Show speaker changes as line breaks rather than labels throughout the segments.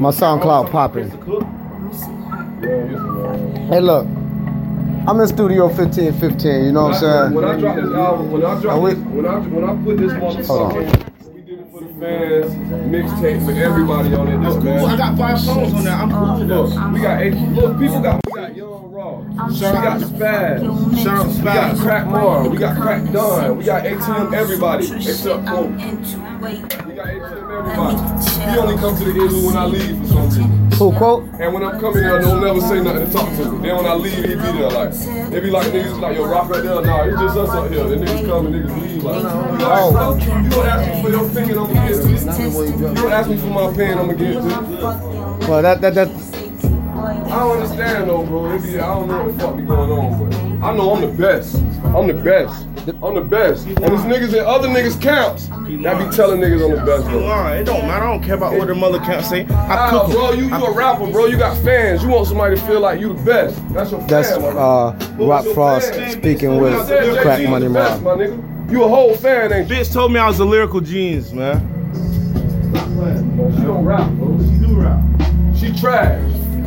My SoundCloud popping. Hey, look. I'm in Studio 1515, you know what I'm
When
saying?
I drop this album, when I
Now
drop
wait.
this, when I when I put this
Hold
motherfucker, we did it for the fans, mixtape with everybody on it. Look,
Cool, I
man.
got five songs on there. I'm
Oh.
cool.
Look, we got eight. Look, people got we got Young Raw.
We
We got Spaz.
Shout out
We got
Spaz.
Crack Mar. We got Crack Don. We got ATM everybody except Boom. We got ATM everybody. He only comes to the igloo when I leave for some reason.
Who quote?
And when I'm coming there, don't never say nothing to talk to me. Then when I leave, he be there like, they be like niggas like yo rock right there. Nah, it's just us up here. The niggas come and niggas leave like,
Oh.
oh, you don't ask me for your opinion, I'ma get it. You don't ask me for my opinion, I'ma get it.
Well, that, that, that,
I don't understand though, bro. It be, I don't know what the fuck be going on, but I know I'm the best. I'm the best. I'm the best. And it's niggas in other niggas camps that be telling niggas I'm the best.
You
Though.
lying. It don't matter. I don't care about what the mother can't say. I
Ah,
cook 'em.
bro, you, you a rapper, bro. You got fans. You want somebody to feel like you the best. That's your
that's
fan, my nigga.
uh,
What
Rock
was your
Frost
fan?
speaking
You
with
said Jay-Z
Crack
the
Money
best,
Mob.
my nigga. You a whole fan, ain't you?
Bitch told me I was a lyrical genius, man.
She don't rap, bro.
You do rap.
She trash.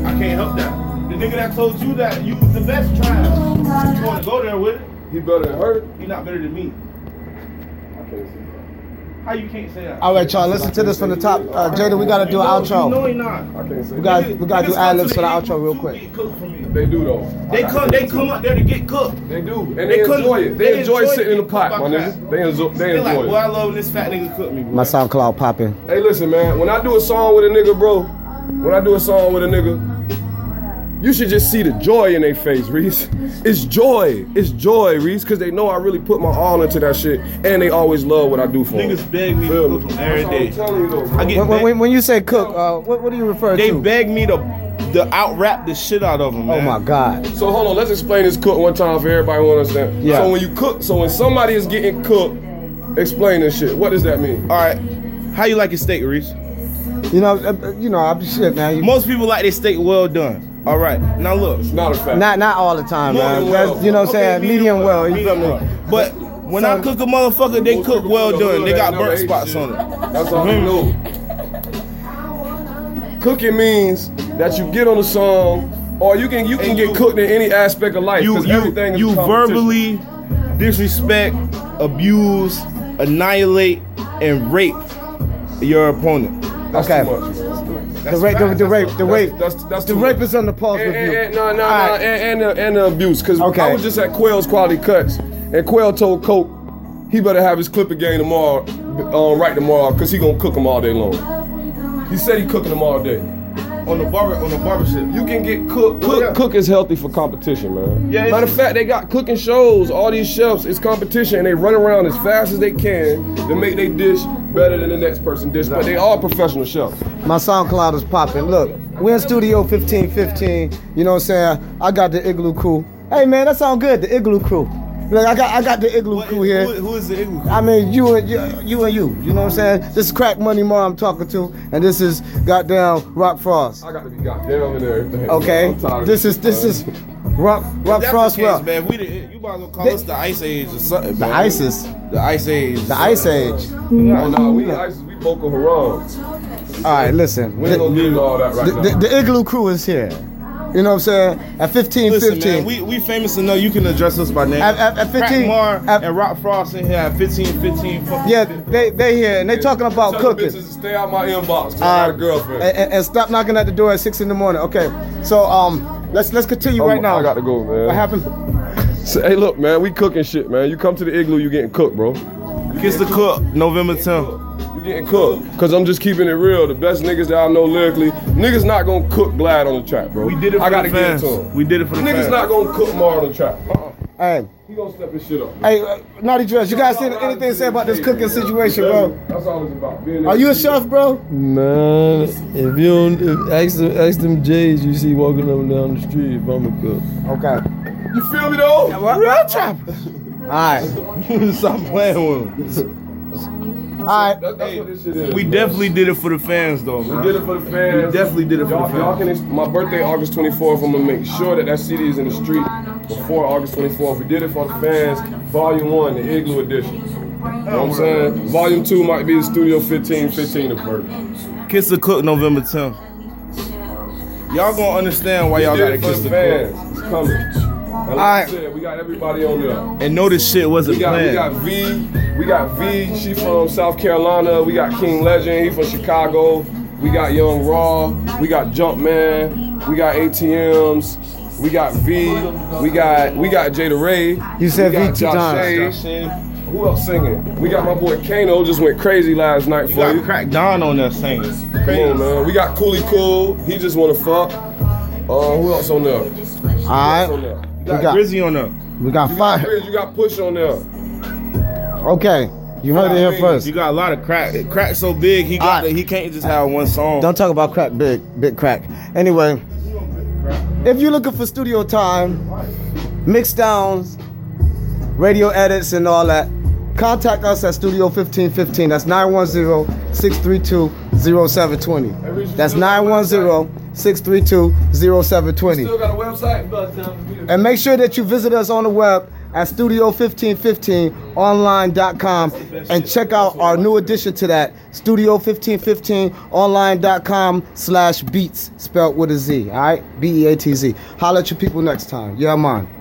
I can't help that. The nigga that told you that you was the best trial. You want to go there with it?
He better than her.
You're not better than me. How you can't say that?
All right, y'all, listen to this from the top. Uh, Jada, we gotta do an
You know
outro.
he not.
I can't say
We gotta,
Niggas-
we gotta do
niggas come
ad libs
to
for the
Eagles
outro real
to
quick.
get cooked for me.
that. They do though.
They come, they come up there to get cooked.
They do, and they,
couldn't-
enjoy it. They,
they
enjoy,
enjoy
sitting in the
it.
pot, my nigga. They enjoy. They
They like,
enjoy
boy,
it.
I love when this fat nigga cook me, boy.
My SoundCloud popping.
Hey, listen, man. When I do a song with a nigga, bro, when I do a song with a nigga, you should just see the joy in their face, Reese. It's joy. It's joy, Reese, because they know I really put my all into that shit, and they always love what I do for
Niggas
them.
beg me
Feel
to
me?
cook them every
That's
day.
what I'm telling you, though, bro.
I get
When,
beg-
when, when you say cook, uh, what, what do you refer
they
to?
beg me to, to out rap the shit out of them,
Oh
man.
my God.
So hold on, let's explain this cook one time for everybody who understand.
Yeah.
So when you cook, so when somebody is getting cooked, explain this shit. What does that mean?
All right, how you like your steak, Reese?
You know, uh, you know, I'm shit, man. You,
Most people like their steak well done. All right, now look.
Not a fact.
not, not all the time, man.
Medium
That's,
well.
you know what I'm
Okay,
saying? Medium well. You feel
medium well.
me?
But when I cook a motherfucker, they cook well done. They got burnt spots on it. Mm-hmm.
That's all I know. Cooking means that you get on the song, or you can you can get cooked in any aspect of life.
You
'cause
you
everything is a
you
competition.
verbally disrespect, abuse, annihilate, and rape your opponent.
That's
Okay.
Too much.
The rape, the, the rape, the rape.
That's that's, that's
The
too Eh,
rape
much.
is on the pause
And, and,
review.
and, no, no, no,
All right.
and, and, the, and the abuse. Because
Okay.
I was just at Quail's Quality Cuts, and Quail told Coke he better have his clip again tomorrow, um, right tomorrow, because he going to cook them all day long. He said he cooking them all day.
On the barber on the barbership.
You can get cook. Cook,
yeah.
cook is healthy for competition, man.
Yeah, it's-
Oh, Matter of fact, they got cooking shows. All these chefs, it's competition, and they run around as fast as they can to make their dish better than the next person dish. But they all professional chefs.
My SoundCloud is popping. Look, we're in Studio 1515. You know what I'm saying? I got the Igloo Crew. Hey, man, that sound good. The Igloo Crew. Look, I got, I got the Igloo Crew here.
Who, who is the igloo?
I mean, you and you, you and you. You know what I'm saying? This is Crack Money Mar I'm talking to, and this is goddamn Rock Frost.
I got to be goddamn and everything.
Okay,
I'm tired of
this is this
man.
is Rock Rock
That's
Frost.
the case,
Well,
man. We the, you might as well call
They-
us the Ice Age or something.
the
man.
ISIS,
The Ice Age.
the Ice Age.
Oh no, we ISIS, we Boko Haram.
All right, listen.
We ain't
The,
gonna need all that right
the,
now.
the- the Igloo Crew is here. You know what I'm saying? At 15,
Listen,
15.
man, we, we famous enough. You can address us by name.
At- at- at 15
Crack Mar
at-
and Rock Frost in here at 15, 15. fucking
yeah,
15.
they they here and they talking about
Tell the
cooking.
bitches to stay out my inbox. 'cause I
Uh,
got a girlfriend.
And, and- and stop knocking at the door at six in the morning. Okay, so um, let's let's continue
Oh,
right now.
I got to go, man.
What happened?
So, hey, look, man, we cooking shit, man. You come to the igloo, you getting cooked, bro.
Kiss the Cook, November 10th.
You getting cooked. Cause I'm just keeping it real. The best niggas that I know lyrically, niggas not gonna cook Glad on the trap, bro.
We did it for
I gotta
the fans.
get it to 'em.
We did it for the
Niggas
fans.
not gonna cook Mar on the trap. Uh-uh.
Hey.
He gonna step his shit up.
Hey, uh, Naughty Dress, you guys seen anything to say about this cooking situation, bro?
That's all it's about. Being
Are you a chef, bro?
Man, if you don't if, ask them, ask them J's you see walking up and down the street, if I'm a cook.
Okay.
You feel me though?
Real trap. All right.
Stop playing with them.
All right.
That- that's what this shit is.
We
man.
definitely did it for the fans, though, man.
Did it for the fans.
We definitely did it for
y'all,
the
y'all can. ex- My birthday August 24th. I'm gonna make sure that that CD is in the street before August 24th. We did it for the fans. Volume one, the Igloo edition. You
Oh,
know what I'm saying? Volume 2 might be the Studio 15, 15 approach.
Kiss the Cook November 10th. Y'all gonna understand why y'all gotta kiss the cook.
fans. It's coming. And like I
Alright.
said, we got everybody on there.
And know this shit wasn't
We got we
planned.
got V. We got V. She from South Carolina. We got King Legend. He from Chicago. We got Young Raw. We got Jumpman. We got ATMs. We got V. We got we got Jada Ray.
You said
we
V
got
two times.
Josh Shea. Who else singing? We got my boy Kano. Just went crazy last night for you.
got Crack Don on that singing.
Come on, man. We got Cooley Cool. He just wanna fuck. Uh, who else on there? Who else
All right,
on there? You
we
got
got
Grizzy on there.
we got
Got
five.
Grizz, you got push on there.
Okay, you heard it here first.
You got a lot of crack. Crack so big, he got
Alright.
the, he can't just have one song.
Don't talk about crack, big, big crack. Anyway, if you're looking for studio time, mix downs, radio edits, and all that, contact us at Studio 1515. That's 910 632 0720. That's 910 632 0720.
got a website?
And make sure that you visit us on the web at studio1515online.com and check out our new addition to that, studio1515online.com E slash beats, spelled with a Z, all right? B-E-A-T-Z. Holla at your people next time. Yeah, man.